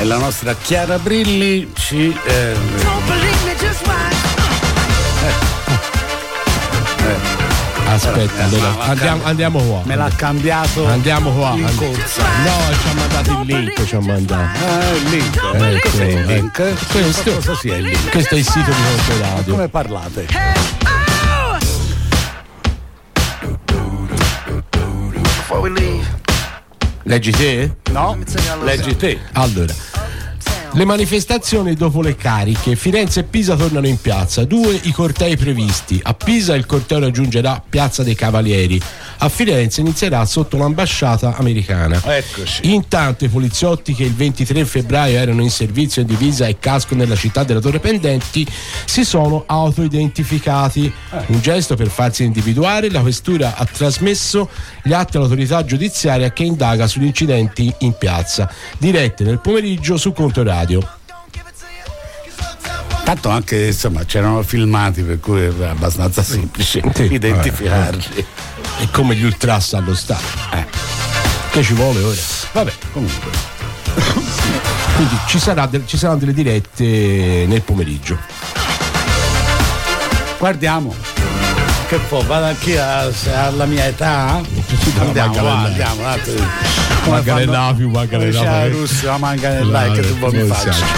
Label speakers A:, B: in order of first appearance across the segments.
A: e la nostra Chiara Brilli ci... eh,
B: Aspetta,
A: Eh,
B: allora,
A: ma- ma-
B: andiamo, andiamo qua.
A: me l'ha cambiato
B: Andiamo qua.
A: in
B: and-
A: corsa.
B: No, ci ha mandato il link, ci ha mandato.
A: Ah, il link.
B: Ecco,
A: Cos'è il link?
B: questo-
A: Ma cosa sia il link?
B: Questo è il sito di Consoradio.
A: Come parlate?
C: oh.
D: Before we leave,
B: Leggi te?
A: No?
D: tell you I love
A: Leggi te.
B: Allora. Le manifestazioni dopo le cariche, Firenze e Pisa tornano in piazza, due i cortei previsti. A Pisa il corteo raggiungerà Piazza dei Cavalieri, a Firenze inizierà sotto l'ambasciata americana.
A: Eccoci.
B: Intanto i poliziotti che il 23 febbraio erano in servizio in divisa e casco nella città della Torre Pendenti si sono autoidentificati. Un gesto per farsi individuare, la questura ha trasmesso gli atti all'autorità giudiziaria che indaga sugli incidenti in piazza, dirette nel pomeriggio su Conto Radio.
A: Tanto anche insomma c'erano filmati per cui era abbastanza semplice
B: Sì,
A: identificarli.
B: È come gli ultras allo stadio. Eh, Che ci vuole ora?
A: Vabbè, comunque.
B: Quindi ci, sarà del- ci saranno delle dirette nel pomeriggio.
A: Guardiamo. Che po', vado anch'io a- se alla mia età? Andiamo,
B: manca
A: va,
B: nel-
A: andiamo, un attimo. Come
B: Manca nel
A: fanno-
B: Napio, manca
A: come
B: nel
A: diceva
B: Napio.
A: Russo, la manca nel
B: La-
A: like che tu vuoi mi
B: noi
A: faccia.
B: siamo.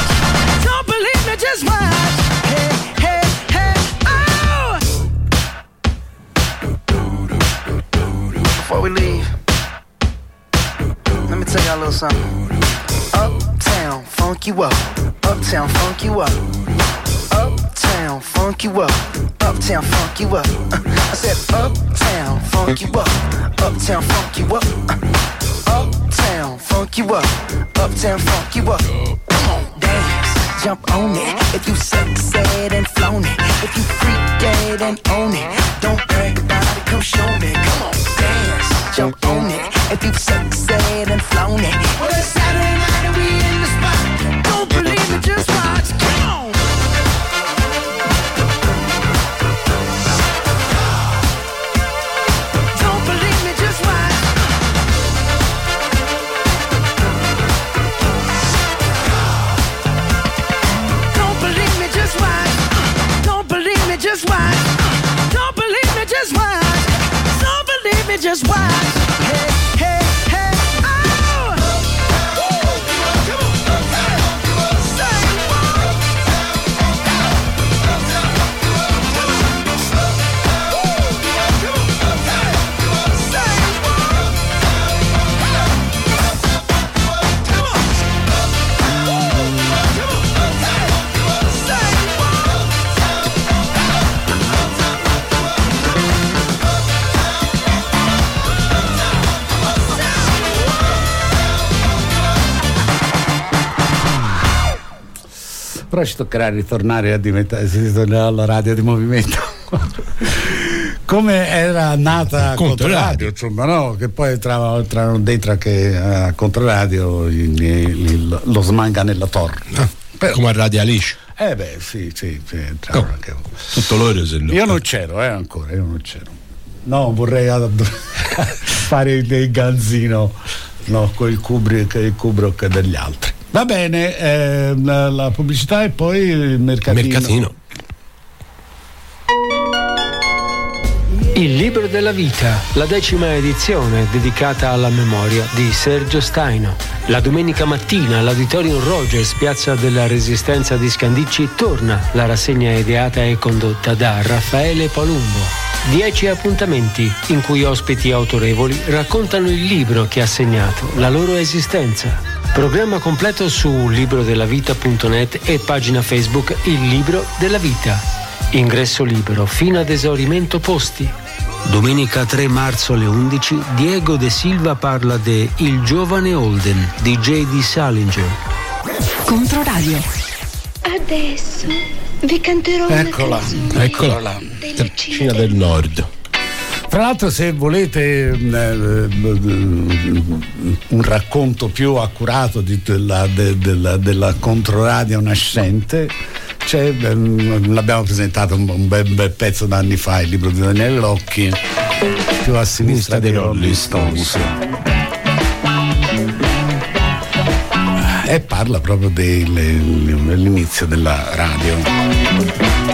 C: Don't believe me, just watch. Hey, hey, hey, oh!
D: Before we leave, let me tell y'all a little something. Uptown, funk you up. Uptown, funk you up. Uptown, funk you up. Uptown, funk you up. Uh, I said, Uptown, funk you up. Uptown, funk you up. Uh, Uptown, funk you up. Uptown, funk you up. Come on, dance, jump on it. If you sexed and flown it, if you freak dead and own it, don't brag about it. Come show me. Come on, dance, jump on it. If you sexed and flown it,
C: Well, it's Saturday night and we in the spot. Don't believe me, just watch. Come on. Don't believe me, just watch. Don't believe me, just watch. Don't believe me, just watch. Don't believe me, just watch. Don't believe me, just watch. Hey, hey, hey, oh!
A: Però ci toccherà ritornare a diventare, si ritornerà alla radio di movimento. Come era nata Controradio, insomma, no? Che poi entrava- entrarono dentro anche a Controradio il- il- lo smanga nella torre.
B: Come a Radio Alice.
A: Eh beh, sì, sì, sì entrarono anche.
B: Tutto loro se no.
A: Io non c'ero, eh, ancora, io non c'ero. No, vorrei ad- fare il il ganzino no, con il Kubrick, il Kubrick degli altri. Va bene, ehm, la pubblicità e poi il mercatino.
B: Mercatino.
E: Il libro della vita, la decima edizione dedicata alla memoria di Sergio Staino. La domenica mattina all'Auditorium Rogers, piazza della Resistenza di Scandicci, torna la rassegna ideata e condotta da Raffaele Palumbo. Dieci appuntamenti in cui ospiti autorevoli raccontano il libro che ha segnato la loro esistenza. Programma completo su librodellavita.net e pagina Facebook Il Libro della Vita. Ingresso libero fino ad esaurimento posti. Domenica 3 marzo alle 11 Diego De Silva parla de Il giovane Holden, DJ di Salinger.
F: Controradio.
G: Adesso vi canterò
A: Eccola,
G: una canzone
B: Eccola là.
G: della
B: Tercina del Nord.
A: Tra l'altro se volete mh, eh, mh, un racconto più accurato di- della, de- della- della controradio nascente, c'è, mh, l'abbiamo presentato un, un bel, bel pezzo d'anni fa, il libro di Daniele Locchi, più a sinistra
B: dei
A: dei
B: Rolling
A: Rolling Stones. e parla proprio del- dell'inizio della radio.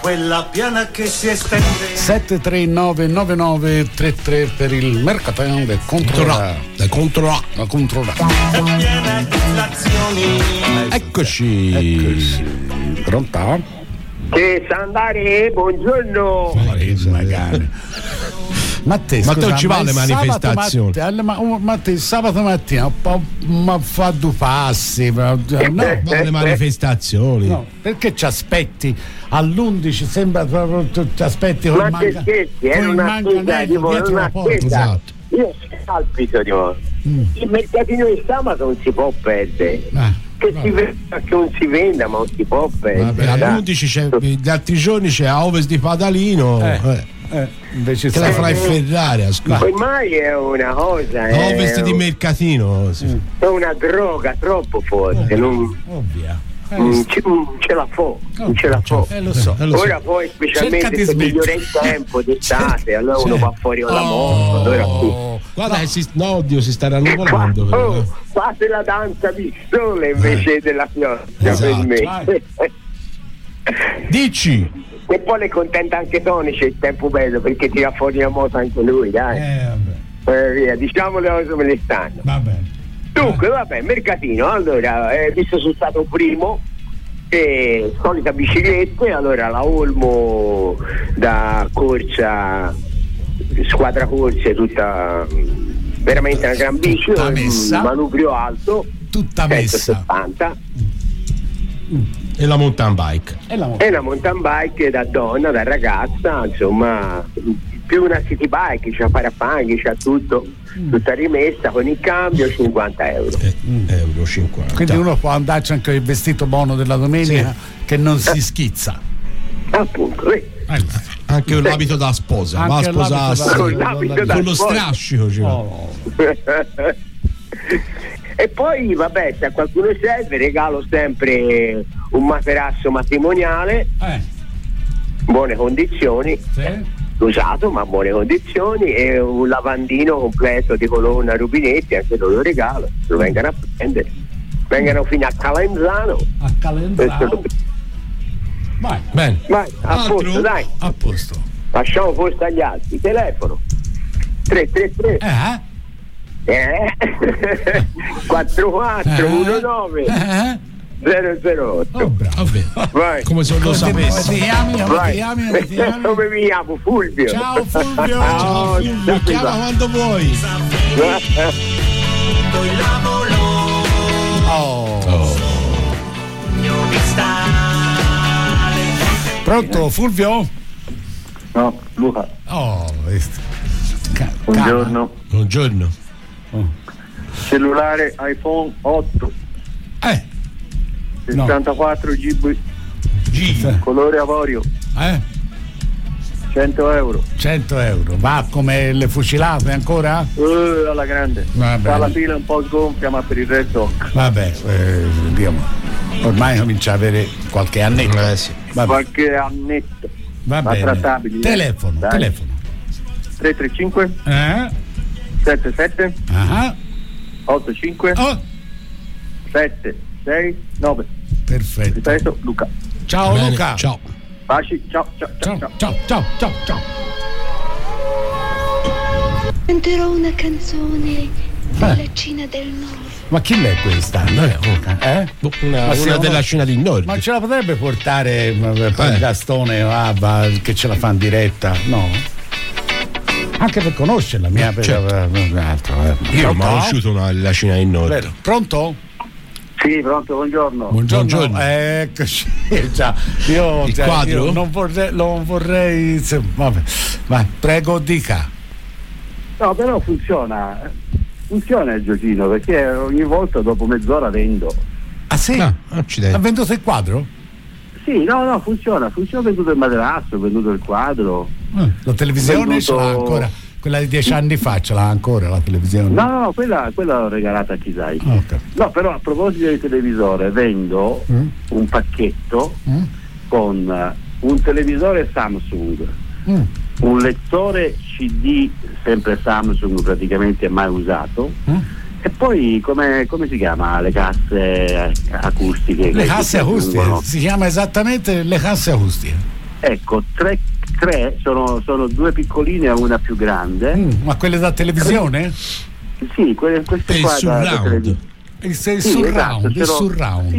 H: Quella piana che si estende
A: 7399933 per il eh, mercatino del controradio.
B: Da contro A.
A: La
H: è
A: controradio.
H: piena di inflazioni.
B: Eccoci.
A: Pronta?
I: Sì, Sandari, buongiorno.
A: Magari. Ma te,
B: Ma
A: scusa,
B: non ci va alle
A: il sabato
B: manifestazioni.
A: matt- alle ma, oh, ma te, il sabato mattina po- ma fa due passi. ma- eh, no,
B: Ma le manifestazioni.
A: no, perché ci aspetti all'11? Sembra proprio tu ti aspetti con
I: Ma
A: il
I: che
A: manga-
I: scherzi,
A: con
I: era
A: il
I: una scusa,
A: manganello
I: tipo, era
A: dietro la
I: una
A: porta.
I: scusa.
B: esatto.
I: Io scalpito, tipo. Il mercatino di sabato non si può perdere.
A: Mm. Ah,
I: Che si venda, che non si venda, ma non si può
J: Eh,
B: Vabbè,
I: perdere. dai.
B: all'11 c'è, gli altri giorni c'è a ovest di Padalino. eh,
A: eh, invece
B: Che la
A: sai-
B: fra in Ferrari, scusa.
J: Eh.
I: Ormai è una cosa,
B: A
I: è,
B: ovest di Mercatino. sì.
I: è una droga troppo forte,
J: Eh,
A: Eh.
I: non,
A: Ovvia.
I: non ce, non ce la fa, non ce la fa.
A: Eh, lo so.
B: Eh, lo so.
I: Ora poi
A: Cerca di
I: specialmente se
A: smettere.
I: migliora il tempo d'estate, allora uno
B: Sì.
I: va fuori con la moto, allora sì.
B: Oh, guarda che si, no, oddio, si sta rannuvolando.
I: Fa-
B: però,
I: oh,
B: eh.
I: fate la danza di sole invece della pioggia
B: Esatto,
I: per me.
A: vai.
B: Dici,
I: e poi le contenta anche Tony c'è il tempo bello perché tira fuori la moto anche lui, dai.
A: Eh, vabbè.
I: Eh, via, diciamo le cose come le stanno.
A: Va bene.
I: Dunque, vabbè, mercatino, allora, eh, visto sono stato primo, eh, solita biciclette, allora la Olmo da corsa, squadra corse, tutta mm, veramente una gran bici,
A: Tutta
I: un
A: messa.
I: manubrio alto,
A: Tutta messa.
I: 170,
B: e la mountain bike.
A: E la
I: è una mountain bike da donna, da ragazza, insomma, più una city bike, c'ha parafanghi, c'ha tutto, tutta rimessa con il cambio, 50 euro.
B: Eh, Euro 50.
A: Mm. Quindi uno può andarci anche il vestito buono della domenica che non si schizza.
I: Appunto, eh.
B: Anche l'abito da sposa,
A: Anche
B: va a
A: l'abito da-
B: sposarsi
I: Con l'abito da
B: con lo
I: sposa.
B: strascico. ci va.
I: Oh. e poi vabbè se a qualcuno serve regalo sempre un materasso matrimoniale
A: Eh,
I: buone condizioni
A: sì.
I: usato ma buone condizioni e un lavandino completo di colonna a rubinetti anche loro regalo lo vengano a prendere vengano fino a Calenzano
A: A calendario. Vai.
B: Bene.
I: ma a
B: Altro?
I: posto dai
A: A posto.
I: lasciamo posto agli altri telefono 333
A: Eh?
I: eh? 4419
A: Eh?
I: 008
A: Oh, bravo.
I: Vai.
B: Come se lo
A: Come
B: sapessi.
A: ti chiami? Come ti
I: Vai.
A: chiami? Come ti chiami?
I: Come mi chiamo? Fulvio.
A: Ciao Fulvio.
I: Ciao,
B: Lo chiama quando vuoi.
H: Il lavoro
A: Oh.
H: mio cristallo.
A: Pronto Fulvio?
J: No, Luca,
A: Oh, questo. Ca-
J: buongiorno.
B: Buongiorno.
J: Cellulare iPhone 8,
A: ca- Eh,
J: 64 GB,
B: G.
J: colore avorio,
A: eh?
J: 100 euro.
A: 100 euro. Va come le fucilate ancora?
J: Eh, alla grande.
A: Va bene.
J: Ha la pila un po' sgonfia, ma per il resto ok.
A: Vabbè, eh, andiamo. Ormai comincia a avere qualche annetto.
B: Eh, sì.
A: Va,
J: qualche annetto.
A: va
J: ma
A: bene.
J: trattabili, eh.
A: Telefono,
J: Dai.
A: telefono.
J: 335
A: Eh?
J: 77
A: Ah,
J: 85
A: oh,
J: 769.
A: perfetto.
J: Ripeto, Luca.
A: Ciao
B: Bene,
A: Oh, Luca.
B: Ciao.
J: Baci, ciao, ciao, ciao. ciao.
A: ciao, ciao, ciao, ciao, ciao.
G: Canterò una canzone
A: Eh.
G: della Cina del Nord.
A: Ma chi l'è questa? Eh?
B: Boh, Una,
A: Ma se
B: una
A: uno-
B: della Cina del Nord.
A: Ma ce la potrebbe portare eh, per
B: Eh.
A: Gastone o Abba che ce la fa in diretta? No. Anche per conoscerla, mia per, per- altro, eh.
B: Certo. Io
A: Pronto?
B: ho conosciuto una della Cina del Nord.
A: Vero. Pronto?
J: Sì, pronto, buongiorno.
B: Buongiorno.
A: Eh. Eccoci. Già, io,
B: Il
A: cioè,
B: quadro?
A: io non vorrei, non vorrei se- vabbè. Ma prego dica.
J: No, però funziona. Funziona il giochino perché ogni volta dopo mezz'ora vendo.
A: Ah sì?
B: Ah,
A: Ha
B: accidenti.
A: venduto il quadro?
J: Sì, no, no, funziona. Funziona venduto il materasso, venduto il quadro.
B: Eh.
A: La televisione ce l'ha
J: Venduto-
A: ancora. Quella di dieci anni fa ce l'ha ancora la televisione.
J: No, no, no, quella, quella l'ho regalata a chi sai.
A: Ah, ok.
J: No, però a proposito del televisore, vendo
A: Mm.
J: un pacchetto
A: Mm.
J: con eh, un televisore Samsung,
A: Mm.
J: un lettore CD sempre Samsung praticamente mai usato
A: Mm.
J: e poi come, come si chiama le casse eh, acustiche
A: Le
J: che-
A: casse
J: che
A: acustiche,
J: vengono?
A: si chiama esattamente le casse acustiche.
J: ecco tre, tre sono, sono due piccoline e una più grande
A: Ma quelle da televisione?
J: sì que- queste
A: Il
J: qua da- da
A: surround.
J: televis-
A: Il, se- il
J: Sì,
A: surround,
J: esatto, ce
A: il
J: l'ho-
A: surround.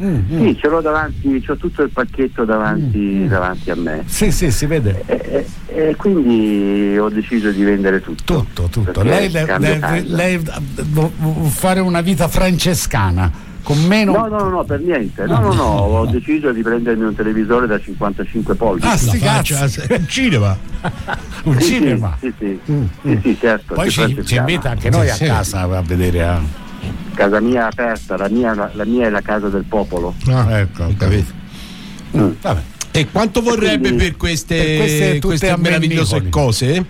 A: Mm,
J: sì. Sì, ce l'ho davanti, ho tutto il pacchetto davanti,
A: Mm,
J: davanti a me.
A: Sì, sì, si vede.
J: E, e- e quindi ho deciso di vendere tutto.
A: Tutto, tutto.
J: Perché
A: Lei, le-
J: cambio
A: le-
J: casa.
A: lei vo- vo- fare una vita francescana con meno.
J: No, no, no, no, per niente. No, no, no,
A: Ah.
J: ho deciso di prendermi un televisore da 55 pollici.
A: Ah, sti cazzi.
B: Faccia, un cinema.
A: un
J: Sì, sì,
A: cinema. Mm,
J: Sì, sì, Sì, sì, certo. si
A: Poi ci, ci
J: francescana.
A: invita anche noi
B: Sì,
A: a
B: sì.
A: casa a vedere. ah.
J: Casa mia è aperta, la mia, la mia è la casa del popolo.
B: Ah,
A: Ecco,
B: ho capito.
A: Mm, vabbè.
B: E quanto vorrebbe per queste,
A: Per queste tutte
B: queste
A: a
B: meravigliose
A: Mennivoli.
B: cose?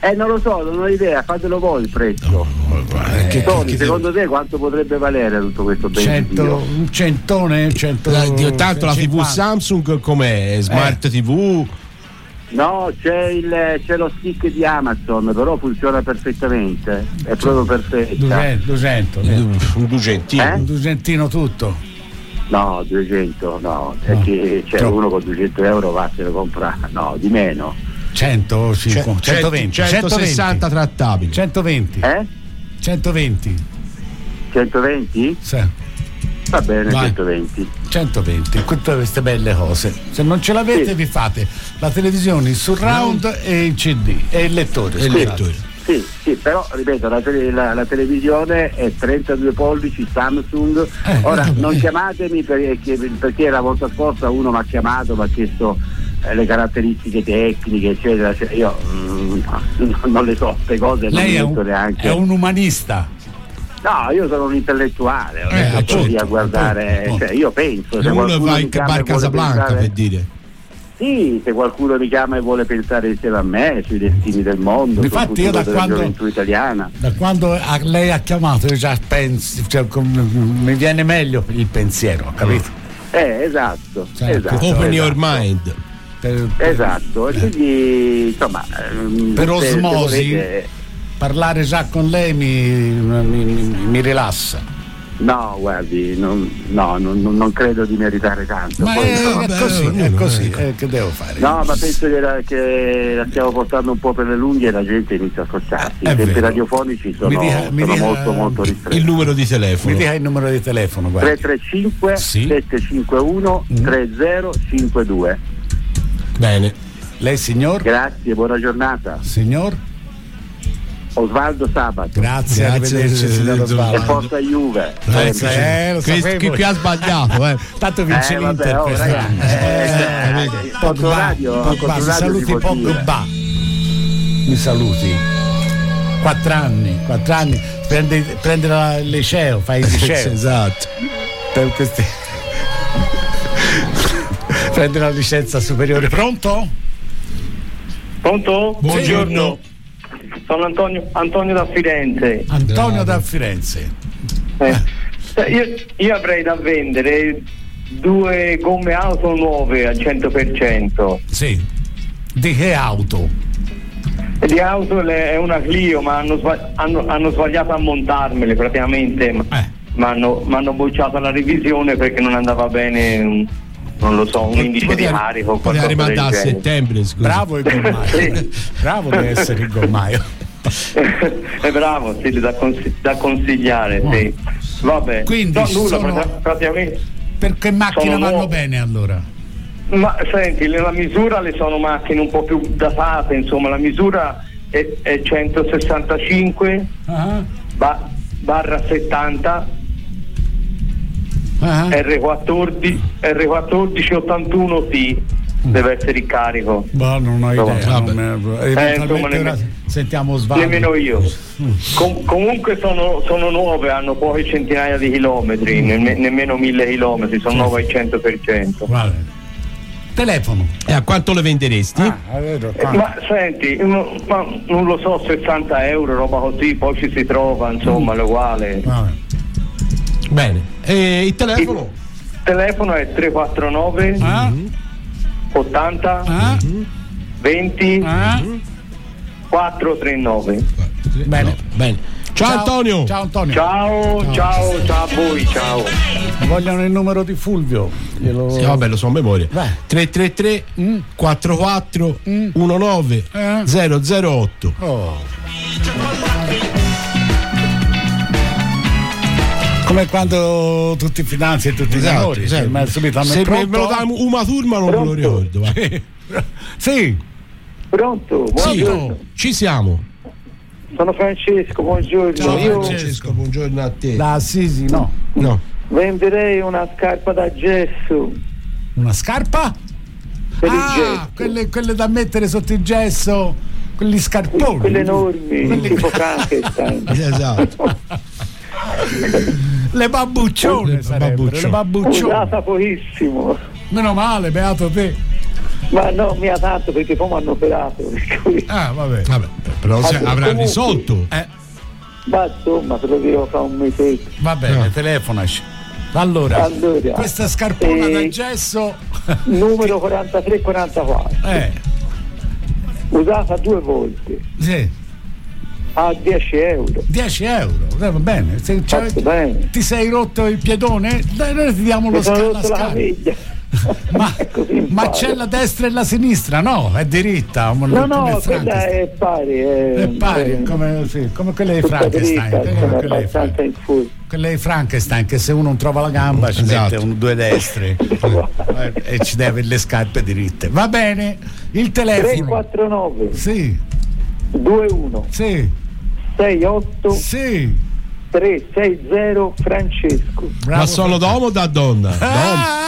J: Eh, non lo so, non ho idea, fatelo voi il prezzo.
A: eh, Che-
J: Tony,
A: che-
J: secondo te quanto potrebbe valere tutto questo bene?
A: cento- un centone, cento,
B: La- di- tanto la TV
A: 50.
B: Samsung
A: Eh.
B: com'è? Smart TV?
J: No, c'è, il, c'è lo stick di Amazon, però funziona perfettamente. È proprio perfetta.
A: 200, 200, eh.
B: Un ducentino.
J: Eh?
A: un ducentino tutto.
J: No, 200, no. È che c'è
A: troppo.
J: uno con 200 euro va se lo compra. No, di meno.
A: 100,
B: Cioè,
A: 50, 120,
B: 160 trattabili.
A: 120,
J: Eh?
A: 120,
J: 120?
A: sì,
J: Va bene,
B: Vai.
J: 120.
A: 120, tutte queste belle cose. Se non ce l'avete
J: Sì.
A: vi fate la televisione, il surround e il CD e il lettore.
B: E il
A: scusate.
B: lettore.
J: Sì, sì, però ripeto, la, tele- la- la televisione è 32 pollici Samsung.
B: Eh,
J: Ora non chiamatemi perché, perché la volta scorsa uno mi ha chiamato, mi ha chiesto eh, le caratteristiche tecniche, eccetera. cioè, io mm, no, non le so, queste cose non
A: Lei
J: le
A: è
J: metto
A: un,
J: neanche.
A: è un umanista.
J: No, io sono un intellettuale,
B: Eh,
J: eh, sto qui a
B: appunto,
J: guardare,
B: appunto.
J: cioè, io penso.
B: E
J: se
B: uno
J: qualcuno
B: va
J: mi
B: in
J: chiama e
B: bar
J: vuole
B: Casablanca
J: pensare-
B: per dire.
J: Sì, se qualcuno mi chiama e vuole pensare insieme a me sui destini del mondo, sul
A: Difatti,
J: futuro
A: io da
J: della
A: quando-
J: gioventù italiana.
A: Da quando ha- lei ha chiamato io già penso, cioè, com- mi viene meglio il pensiero, capito?
J: Eh, esatto,
A: Cioè,
J: esatto.
B: Open
J: esatto.
B: your mind.
A: Per- per-
J: Esatto, e quindi insomma... ehm,
A: Per
J: se- se
A: osmosi?
J: volete-
A: Parlare già con lei mi, mi- mi- mi rilassa.
J: No, guardi, non, no, non, non- non credo di meritare tanto.
A: Ma
J: Poi,
A: è,
J: no,
A: è
B: vabbè,
A: così, è
B: ognuno,
A: così,
B: ecco.
A: eh, che devo fare?
J: no, ma penso che la, che la stiamo portando un po' per le lunghe e la gente inizia a scocciarsi.
A: Eh, è
J: I tempi
A: vero.
J: radiofonici sono,
A: Mi dia- mi
J: sono
A: dia-
J: molto molto
B: Il
J: ristretti.
B: numero di
A: Esatto. Mi
B: telefono.
A: dica il numero di telefono, guarda.
J: 335
A: Sì.
J: 751 3052.
B: Bene.
A: Lei signor?
J: Grazie, buona giornata.
A: Signor?
J: Osvaldo Sabato.
A: Grazie,
B: Grazie,
A: arrivederci
B: eh,
A: signor
B: Giovanni.
J: E
A: Osvaldo.
J: forza Juve.
B: Grazie.
A: Eh, lo
B: Qui-
A: sapevo.
B: qui- qui ha sbagliato, eh.
A: Tanto
J: Eh,
A: vince
J: vabbè,
A: l'Inter
J: oh,
A: quest'anno.
J: ragazzi, eh, eh,
A: Pogba,
J: controradio,
A: Pogba, mi
J: controradio si
A: saluti
J: può
A: Pogba. Mi saluti. Quattro anni, quattro anni. Prendi, prendi la- il liceo, fai il liceo.
B: esatto.
A: Per questi- prendi la licenza superiore. Pronto?
K: Pronto?
B: Buongiorno.
K: Sono Antonio, Antonio da Firenze.
A: Antonio da Firenze.
K: Eh, Io, io avrei da vendere due gomme auto nuove al 100%.
A: Sì. Di che auto?
K: E Di auto le- è una Clio, ma hanno, sba- hanno- hanno sbagliato a montarmele praticamente. Ma
A: Eh.
K: mi hanno, m'hanno bocciato la revisione perché non andava bene, un- non lo
A: Eh,
K: so, un indice di carico. o
B: poteva
K: qualcosa del
B: rimandare a
K: genere.
B: settembre. scusa.
A: Bravo il gommaio.
K: Sì.
A: Bravo di essere il gommaio.
K: è bravo, sì, da, consi- da consigliare, sì. Vabbè,
A: Quindi
K: no, nulla,
A: sono-
K: prati- praticamente.
A: Perché macchina
K: Sono
A: vanno
K: nuovo.
A: bene allora?
K: Ma senti, le- la misura le sono macchine un po' più datate, insomma, la misura è, è 165
A: Ah,
K: ba- barra 70
A: ah.
J: Eh.
K: R14 R14 81 T deve essere il carico.
A: Boh, non ho idea.
B: vabbè.
A: non è-
K: insomma,
A: Eventualmente
K: nemmeno-
A: ora sentiamo Svaldo.
K: Nemmeno io. Com- comunque sono, sono nuove, hanno poche centinaia di chilometri, nemme- nemmeno mille chilometri, sono nuove al 100%.
A: Guarda. Telefono.
B: E a quanto le venderesti?
A: Ah, è vero,
K: Eh,
A: qua.
K: Ma senti, no, ma non lo so, 60 euro, roba così, poi ci si trova, insomma, l'uguale.
A: Vabbè.
B: Bene. E il
K: Il
B: telefono?
K: telefono è 349
A: Ah,
K: 80
A: ah,
K: 20
A: ah,
L: 439.
A: Bene.
B: Bene. Ciao, Antonio.
A: Ciao Antonio.
L: Ciao, ciao, ciao a voi, ciao.
A: Vogliono il numero di Fulvio. Glielo...
B: Sì, Eh, vabbè, lo so a memoria.
A: Vai.
B: 333
A: Mm.
B: 44 19
A: Eh.
B: 008.
A: Oh. Come quando tutti i finanzi e tutti i
B: Esatto,
A: minori.
B: esatto.
A: Ma subito a me
B: Se me,
A: pronto?
B: me lo dai una turma non me lo
L: Pronto?
B: ricordo. va.
A: Sì,
L: Pronto?
B: Sì,
L: Buongiorno.
B: ci siamo.
L: Sono Francesco, buongiorno. Io
B: Francesco, buongiorno a te.
A: da Assisi no.
B: No.
L: venderei una scarpa da gesso
A: Una scarpa?
L: per il
A: ah,
L: gesso.
A: quelle, quelle da mettere sotto il gesso, quelli scarponi.
L: Quelle enormi, tipo Frankenstein.
B: Esatto.
A: Le babbuccione
B: Le
A: sarebbero,
B: babbuccione.
A: le babbuccione.
L: Usata pochissimo.
A: Meno male, beato te.
L: Ma no, mi ha tanto perché poi mi hanno operato. per cui-
A: Ah, vabbè.
B: Vabbè, però se-
L: Vabbè,
B: avrà
L: comunque.
B: risolto.
A: Eh,
L: Ma insomma, te lo dirò fra un mesetto.
A: va bene, telefonaci. Ah. Allora,
L: Allora,
A: questa scarpona
L: eh,
A: da gesso,
L: numero 4344,
A: eh,
L: usata due volte
A: sì,
L: a 10 euro.
A: 10 euro, eh, va bene. Se c'è-
L: Fatto bene.
A: ti sei rotto il piedone? Dai, noi ti diamo lo
L: Mi sono
A: sca- la
L: rotto la
A: scarpa.
L: caviglia.
A: Ma,
L: Così
A: ma
L: imparo.
A: c'è la destra e la sinistra? No, è diritta. come
L: No,
A: come
L: no,
A: Frankenstein.
L: quella è pari. È,
A: È pari,
L: è
A: Eh, come, sì, come quelle di
L: Eh, tutta
A: Frankenstein.
L: dritta,
A: eh,
L: sono
A: quelle di Frankenstein.
L: abbastanza in furia.
A: Quella di Frankenstein che se uno non trova la gamba ci
B: Esatto.
A: mette un, due destre eh, e ci deve le scarpe diritte. Va bene, il telefono.
L: 349
A: Sì,
L: 21
A: sì,
L: 68
A: sì.
L: 360 Francesco.
A: Bravo.
B: Ma sono d'uomo o da donna? D'uomo.
A: Ah!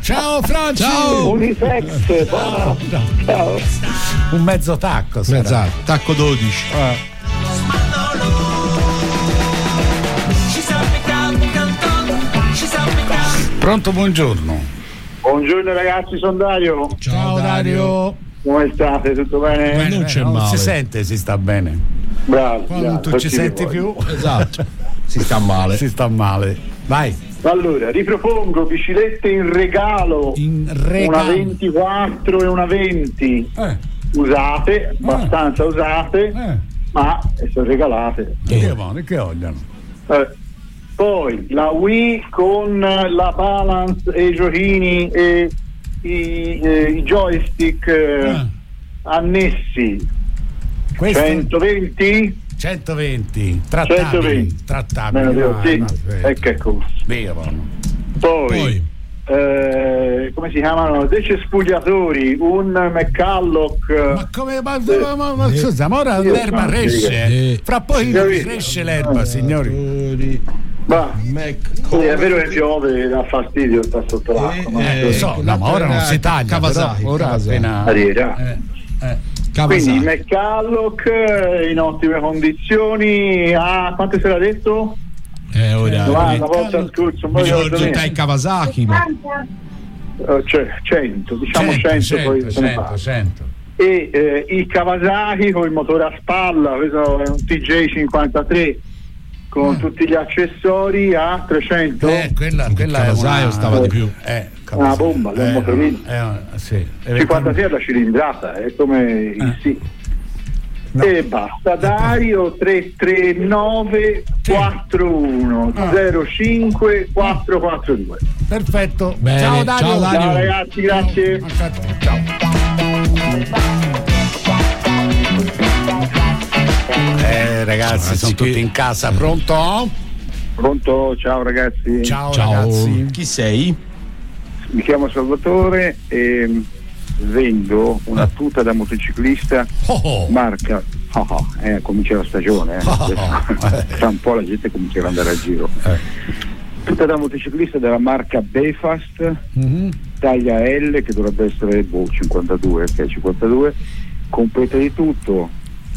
A: ciao Franci!
B: Ciao.
L: Unisex, buona- ciao.
A: Un mezzo tacco, sarà.
B: Esatto, tacco 12.
C: Oh.
A: Pronto, buongiorno.
L: Buongiorno ragazzi, sono Dario.
A: Ciao, Dario.
L: Come state? Tutto bene?
B: non c'è male.
A: si sente, si sta bene.
L: Bravo.
A: Quando
L: bravo,
A: tu
L: tutti
A: ci senti
L: voi.
A: più,
B: Esatto. Si sta male.
A: si sta male. Vai.
L: Allora, ripropongo biciclette in regalo,
A: In
L: una
A: regalo.
L: 24 e una 20,
A: Eh,
L: usate, abbastanza usate,
A: eh.
L: ma sono regalate.
A: Che vogliono, che vogliono.
L: Eh, Poi la Wii con la balance e i giochini e i, eh, i joystick eh,
A: Ah.
L: annessi,
A: Questo
L: 120,
A: 120. Trattabili.
L: 120.
A: Trattabili.
L: meno Ecco. di
A: vai, no,
L: 80,
A: aspetta.
L: e che cosa.
A: Via, vogliono.
L: Poi,
B: Poi,
L: eh, come si chiamano? Dei cespugliatori, un McCallock.
A: Ma come ma, ma, ma, ma, scusa, ma ora l'erba
L: no,
B: sì.
A: cresce.
B: Eh,
A: eh. Fra poi
L: Signori.
A: cresce l'erba, signori.
B: Tori,
L: Ma
B: Mac,
L: sì, è vero che piove, dà fastidio sta sotto l'acqua. ma-
A: Eh, Lo so, no, ma ora non si taglia.
B: Ecco, Kawasaki,
A: però ora
B: Kawasaki.
A: appena.
L: Arriva. Quindi
B: Kawasaki.
L: McCallock eh, in ottime condizioni, ah, quanto se l'ha detto?
B: Eh, ora.
L: Ah,
B: eh,
L: la volta scorsa, un po'
B: Mi
L: di
B: sono
L: ragione.
B: dai Kawasaki, ma
L: Eh, cioè 100, diciamo 100,
A: 100,
L: poi
A: 100,
L: se ne fa.
A: 100, 100.
L: E eh, i Kawasaki con il motore a spalla, questo è un TJ53 con tutti gli accessori a 300.
A: Eh, quella, quella è
B: Kawasaki
A: una,
B: stava di più.
A: Eh,
L: Una Ah, bomba,
A: eh,
L: un motorino.
A: eh, sì.
L: 56 è la cilindrata, è come il sì.
A: Eh. No.
L: E basta, Dario 339 41 05 442.
A: Perfetto.
B: Bene,
A: Ciao Dario.
B: ciao, Dario.
L: Ciao ragazzi, grazie.
A: Ciao. Eh, ragazzi, sono
B: che-
A: tutti in casa, pronto?
L: Pronto, ciao ragazzi.
A: Ciao,
B: Ciao,
A: ragazzi.
B: chi sei?
L: Mi chiamo Salvatore e vendo una tuta da motociclista
A: Oh, oh.
L: marca. Oh, oh, eh, comincia la stagione, eh. tra un po' la gente comincerà ad andare a giro.
A: Eh.
L: Tuta da motociclista della marca Belfast,
A: Mm-hmm.
L: taglia L che dovrebbe essere boh, 52, che è 52, completa di tutto,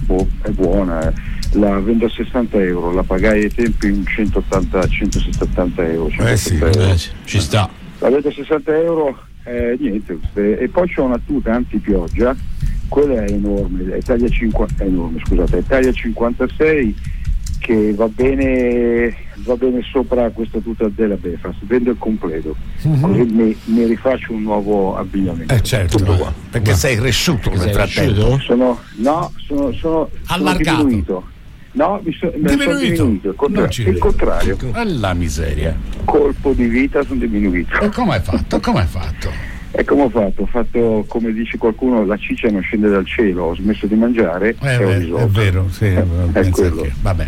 L: boh, è buona. eh. La vendo a 60 euro, la pagai ai tempi un 180, 170 euro. 180
A: Eh sì,
L: euro.
B: Eh, ci sta.
L: Avete 60 euro, eh, niente. eh, E poi c'è una tuta antipioggia, quella è enorme, è taglia, 50 è enorme, scusate, è taglia 56
M: che va bene, va bene sopra questa tuta della Befas, vendo il completo,
A: Mhm.
M: così mi, mi rifaccio un nuovo abbigliamento.
A: Eh certo,
M: Tutto qua.
A: perché sei cresciuto nel
M: Sei
A: frattempo.
M: Sono, no, sono, sono,
A: Allargato.
M: sono diminuito. No, mi so- mi sono
A: Diminuito?
M: diminuito, il contra-
A: Non ci
M: il
A: credo. Ecco.
M: contrario.
A: Alla miseria.
M: Colpo di vita sono diminuito.
A: E come hai fatto? Come hai fatto?
M: E come ho fatto? Ho fatto, come dice qualcuno, la ciccia non scende dal cielo, ho smesso di mangiare
A: Eh,
M: e ho
A: beh, è
M: risolto.
A: vero, sì, eh,
M: È
A: penso
M: quello.
A: anch'io. Vabbè.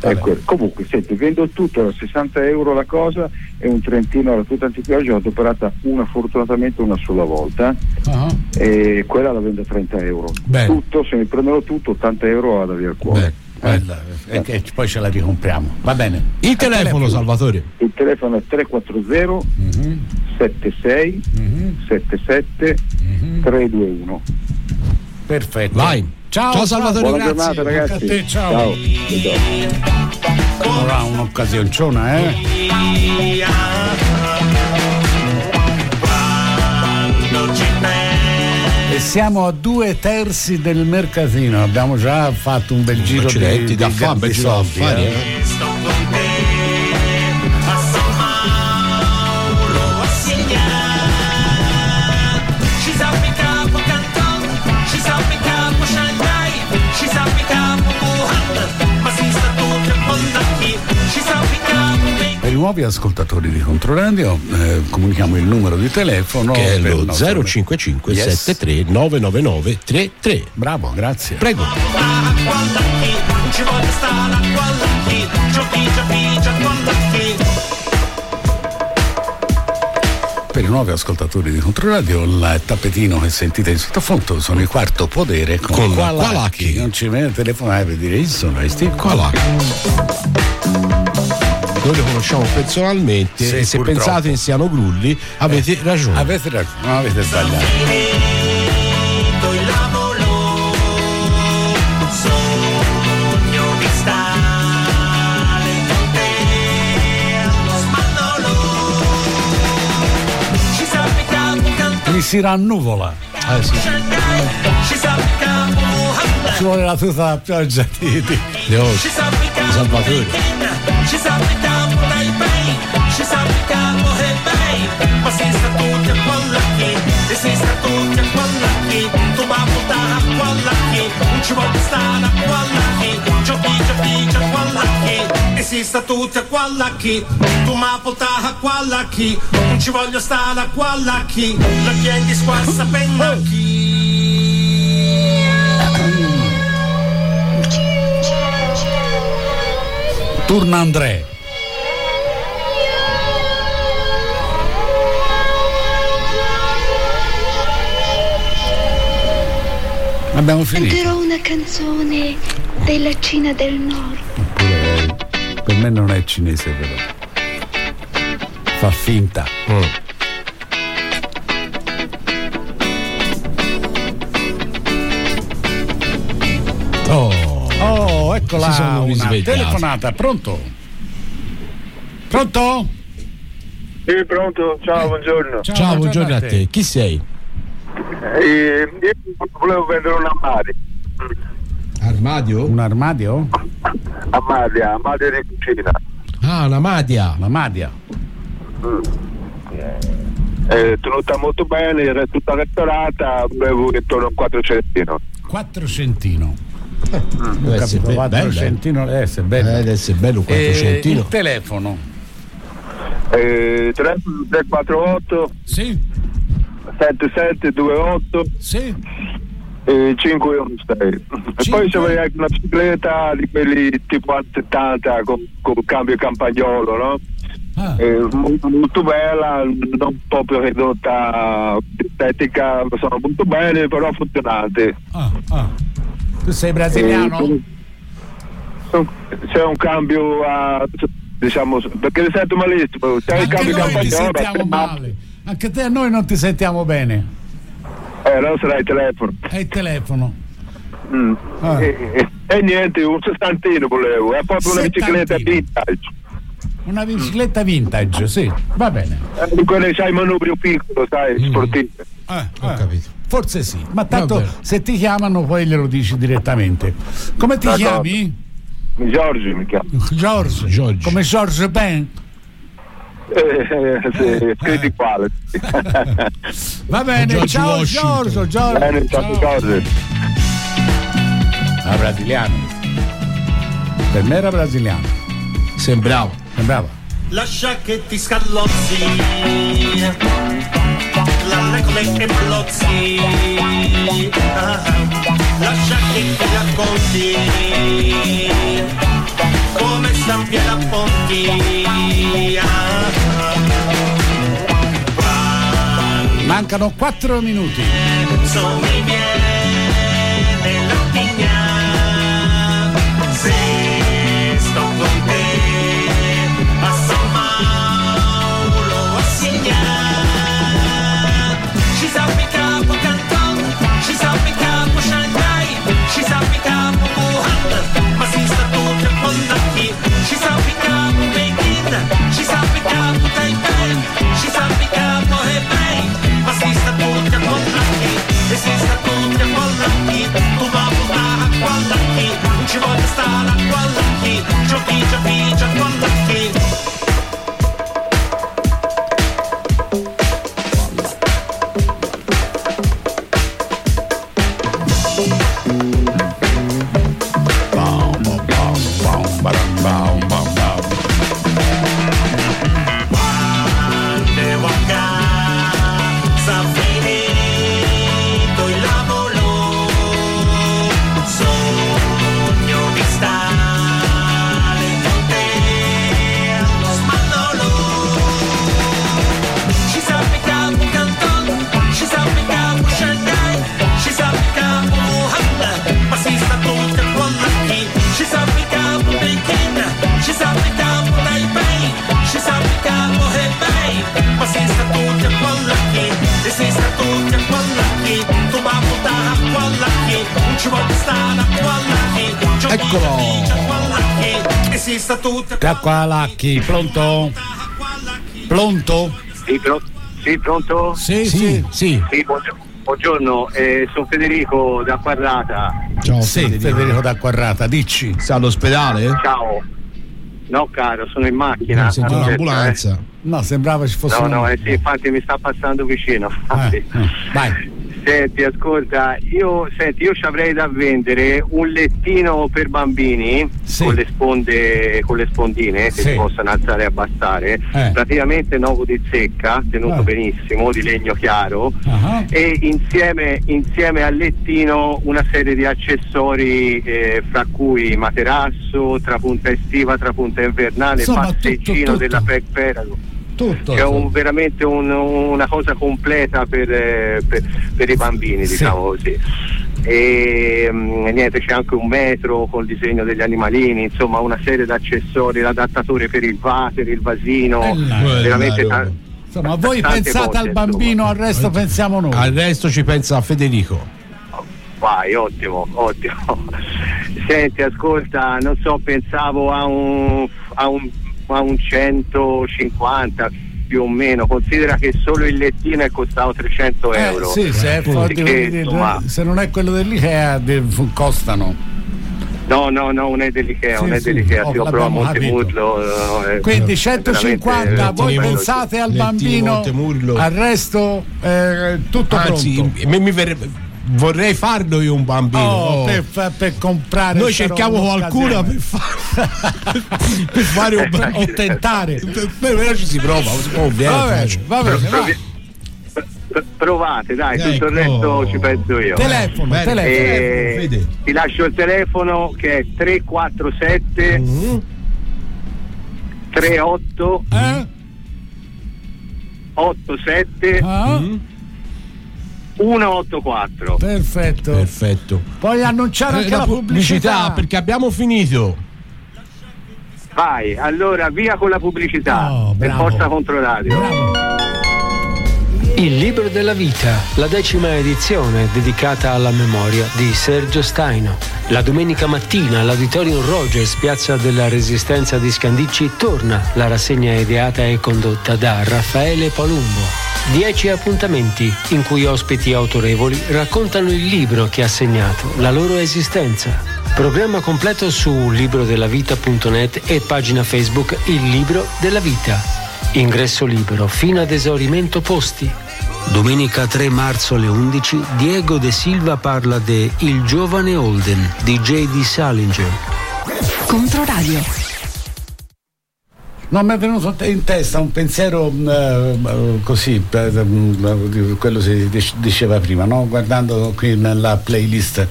M: È quello. Comunque, senti, vendo tutto a 60 euro la cosa e un trentino alla tuta antipiogia l'ho adoperata una fortunatamente una sola volta
A: Uh-huh.
M: e quella la vendo a 30 euro.
A: Bene.
M: Tutto, se mi prendono tutto, 80 euro vado via al cuore.
A: Bella, eh, e che poi ce la ricompriamo. Va bene.
B: Il telefono, Salvatore.
M: Il telefono è 340
A: Mhm.
M: 76 77
A: Mhm.
M: 321.
A: Perfetto.
B: Vai.
A: Ciao,
B: Ciao, Salvatore,
M: Buona
B: grazie.
M: giornata
A: Anche
M: ragazzi.
A: a te, ciao.
M: ciao.
A: Ora un'occasionciona, eh?
H: quando ci
A: E siamo a due terzi del mercatino, abbiamo già fatto un bel giro di,
B: Accidenti,
A: di,
B: da
A: di,
B: fa- bel giro
A: soldi,
B: d'affari,
A: eh.
H: pensi, sto con te a San Paolo a segnare she's up in capo Canton she's up in capo Shanghai she's up in capo Wuhan ma si sta tutto il mondo qui she's up in capo Beijing
A: Per i nuovi ascoltatori di Controradio eh, comunichiamo il numero di telefono
B: che è
A: per il
B: lo
A: nostro-
B: 055
A: Yes.
B: 73 999 33.
A: Bravo, grazie.
B: Prego.
H: quando qui ci voglio stare a quando qui giochi giochi giochi quando qui
A: Per i nuovi ascoltatori di Controradio, il tappetino che sentite in sottofondo sono il quarto podere con,
B: Con
A: Qualacchi.
B: Qualacchi.
A: Non ci viene a telefonare eh, per dire "Io sono questi Qualacchi.
B: Noi lo conosciamo personalmente
A: Sì,
B: e se
A: purtroppo. Eh.
B: pensate che siano grulli avete ragione.
A: Avete ragione, non avete sbagliato.
H: Tutto il lavoro sogno di stare con te allo spannolo ci sape capo canto
A: Mi si rannuvola.
B: Eh, sì.
H: Shanghai ci sape capo Wuhan
A: Ci vuole la tuta da pioggia di- di-
B: Di oggi.
H: ci sape capo
B: Salvatore.
H: Pechino ci sape capo Taipei ci sape capo Hebei ma si sta tutti a Pollacchi e si sta tutti a Pollacchi tu ma puta a Pollacchi non ci voglio stare a Pollacchi giochi giochi giochi Pollacchi e si sta tutti a Pollacchi tu ma puta a Pollacchi non ci voglio stare a Pollacchi la gente squassa pennacchi
A: Turna Andrea. Abbiamo finito.
G: Canterò una canzone della Cina del Nord.
A: Per me non è cinese però. Fa finta.
B: Oh.
A: Oh,
B: Si sono
A: eccola una
B: risvegliati.
A: telefonata, pronto? Pronto?
N: Sì, pronto, ciao, buongiorno.
B: Ciao, buongiorno a te. Chi sei?
N: Eh, io volevo vendere un armadio,
B: Armadio?
A: Un armadio?
N: armadio, armadio di cucina.
B: Ah, una madia.
A: La madia.
N: È Eh, tenuta molto bene, era tutta restaurata, avevo intorno a un quattrocentino.
A: 4 centino.
B: Deve essere be-
A: 4
B: bello, eh.
A: centino deve essere bello.
B: Eh, deve essere bello
A: Eh,
B: quattrocentino.
A: il telefono.
N: Eh, 348
A: Sì,
N: 7728
A: sì.
N: eh, 516. E
A: Cinque.
N: poi c'avevi anche una bicicletta di quelli tipo anni 70 con, con cambio campagnolo, no?
A: Ah.
N: Eh, mo- molto bella, non proprio ridotta estetica, sono molto belle però funzionate.
A: Ah, ah. Tu sei brasiliano?
N: Eh, sono- c'è un cambio a diciamo perché mi sento malissimo, c'è il
A: Anche
N: cambio
A: noi ti
N: campagnolo,
A: sentiamo male. Anche te e noi non ti sentiamo bene.
N: eh, allora sarà il telefono.
A: È il telefono.
N: Mm.
A: Ah.
N: E, e- e niente, un sessantino volevo, è proprio una bicicletta
A: Settantino.
N: vintage.
A: Una bicicletta vintage, sì. Va bene.
N: Eh, di quelle c'hai il manubrio piccolo, sai, sportive.
A: Ah,
B: Ho
A: ah.
B: capito.
A: Forse sì, ma tanto
B: Vabbè.
A: se ti chiamano poi glielo dici direttamente. Come ti
N: D'accordo.
A: chiami?
N: Giorgio mi chiamo.
A: Giorgio, come Giorgio Ben.
N: Eh, eh, sì, Eh, scritti quale.
A: Va bene,
N: Giorgio
A: ciao
N: Washington.
A: Giorgio, Giorgio.
O: Eh.
N: Bene, ciao, Giorgio.
A: Ah, brasiliano. Per me era brasiliano.
B: Sembrava.
A: Sembrava.
H: Lascia che ti scallozzi La regole che blozzi Ah, Lascia che ti racconti Come stampia la ponti Ah,
A: Mancano 4 minuti.
H: Sono mi viene la pigna Se sto con te A San Mauro a Signa Ci sa capo Canton Ci sa capo Shanghai Ci sa capo Wuhan Ma si sta tutti a Pondacchi Ci sa capo Pekin Ci sa capo Taipei Ci sa capo Hebei Ma si sta tutti a Pondacchi E si sta tutti a Pondacchi Tu va a votare a Pondacchi Non ci voglio stare a Pondacchi Giochi, giochi, giochi Pondacchi Devo a casa finito il lavoro Sogno di stare con te allo spannolo Ci sape capo Canton, ci sape capo Shanghai Ci sape capo Wuhan, ma si sta tutti a Pollacchi Ci sape capo Pekin, ci sape capo Taipei Ci sape capo Hebei, ma si sta tutti a Pollacchi E si sta tutti a Pollacchi, tu va a votare a Pollacchi Non ci vuole stare a Pollacchi, Eccolo! E si sta tutti a
A: Caqualacchi, pronto? Pronto?
O: Sì, pro- sì, pronto?
A: Sì, sì, sì.
O: Sì, buongio- buongiorno, eh, sono Federico da Quarrata.
A: Ciao, sì, Federico, da Quarrata, dici. Sei all'ospedale?
O: Ciao. No caro, sono in macchina.
B: Eh,
A: No, sentivo
O: Aspetta,
A: l'ambulanza. No, sembrava ci
O: eh.
A: fosse
O: No,
A: un-
O: no, eh sì, infatti mi sta passando vicino. infatti.
A: Eh, Vai.
O: Senti, ascolta, io, senti, io ci avrei da vendere un lettino per bambini con, le sponde, con le spondine che
P: Sì.
O: si possono alzare e abbassare, praticamente nuovo di zecca, tenuto benissimo, di legno chiaro,
A: Ah,
O: e insieme, insieme al lettino una serie di accessori eh, fra cui materasso, trapunta estiva, trapunta invernale,
A: Insomma,
O: passeggino
A: tutto, tutto.
O: della Pecperago.
A: tutto.
O: C'è un- veramente un- una cosa completa per, eh, per- per i bambini, diciamo così. E mm, niente, c'è anche un metro col disegno degli animalini, insomma una serie di accessori, l'adattatore per il water, il vasino,
A: Ecco, Bella,
O: veramente
A: bella
O: tan-
A: Eh, Insomma, voi
O: tante
A: pensate
O: cose,
A: al bambino, al resto pensiamo noi.
B: Al resto ci pensa Federico.
O: Vai, ottimo, ottimo. Senti, ascolta, non so, pensavo a un, a un, a un 150 più o meno, considera che solo il lettino è costato 300
A: Eh,
O: euro.
A: sì, se, è forte,
O: Perché,
A: voglio dire,
O: insomma,
A: se non è quello dell'IKEA de- f- costano.
O: No, no, no, non è dell'Ikea,
A: Sì,
O: non è
A: sì,
O: dell'Ikea,
A: oh,
O: si compra a
A: l'abbiamo capito.
O: Montemurlo. eh,
A: Quindi
O: veramente- Eh,
A: 150, voi
O: veramente-
A: pensate al
B: lettino,
A: bambino,
B: Montemurlo.
A: al resto eh, tutto
B: Anzi,
A: pronto.
B: mi- mi verrebbe- vorrei farlo io un bambino.
A: Oh,
B: Oh.
A: Per, fa- per comprare
B: Noi
A: sarà
B: cerchiamo qualcuno
A: un'occasione.
B: per, fa- per fare un
A: o tentare.
B: Beh, però ci si prova, si può, viene,
A: Va bene,
B: faccio.
A: va bene, va.
O: Provate, dai, tutto il
B: Ecco.
O: resto ci penso io.
A: Telefono,
O: Eh,
A: telefono, Ecco. telefono, Fede.
O: Ti lascio il telefono che è 347
A: Mm.
O: 38
A: Eh?
O: 87
A: Ah,
O: 184.
A: Perfetto.
B: Perfetto.
A: Puoi annunciare
B: Eh,
A: anche la pubblicità.
B: perché abbiamo finito.
O: Vai, allora via con la pubblicità. per forza contro radio.
E: Il libro della vita, la decima edizione dedicata alla memoria di Sergio Staino. La domenica mattina all'Auditorium Rogers, piazza della Resistenza di Scandicci, torna la rassegna ideata e condotta da Raffaele Palumbo. Dieci appuntamenti in cui ospiti autorevoli raccontano il libro che ha segnato la loro esistenza. Programma completo su librodellavita.net e pagina Facebook Il Libro della Vita. Ingresso libero fino ad esaurimento posti. Domenica 3 marzo alle 11 Diego De Silva parla de Il giovane Holden, DJ di Salinger.
F: Controradio.
A: No, mi è venuto in testa un pensiero eh, così, eh, quello si diceva prima, no? guardando qui nella playlist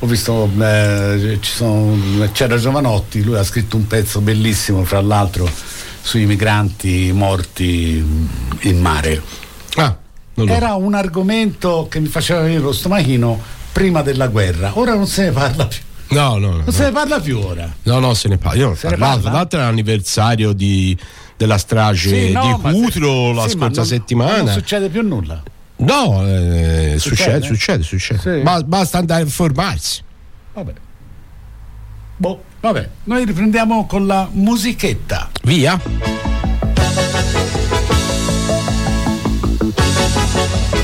A: ho visto eh, sono, c'era Giovanotti, lui ha scritto un pezzo bellissimo fra l'altro sui migranti morti mm, in mare.
B: Ah, non lo-
A: Era un argomento che mi faceva venire lo stomachino prima della guerra, ora non se ne parla più.
B: No, no, no.
A: Non se ne parla più ora.
B: No, no, se ne parla. Io non
A: ne
B: parlavo.
A: parla?
B: L'altro era l'anniversario di- della strage
A: Sì, no,
B: Eh, di
A: ma se-
B: Cutro la
A: sì, ma
B: scorsa
A: non-
B: settimana.
A: Non succede più nulla.
B: No, eh, succede, succede,
A: Succede?
B: succede.
A: Sì.
B: Ba- basta andare a informarsi.
A: Vabbè. Boh, vabbè. Noi riprendiamo con la musichetta.
B: Via.
H: Thank e Oh, Oh, Oh, Oh,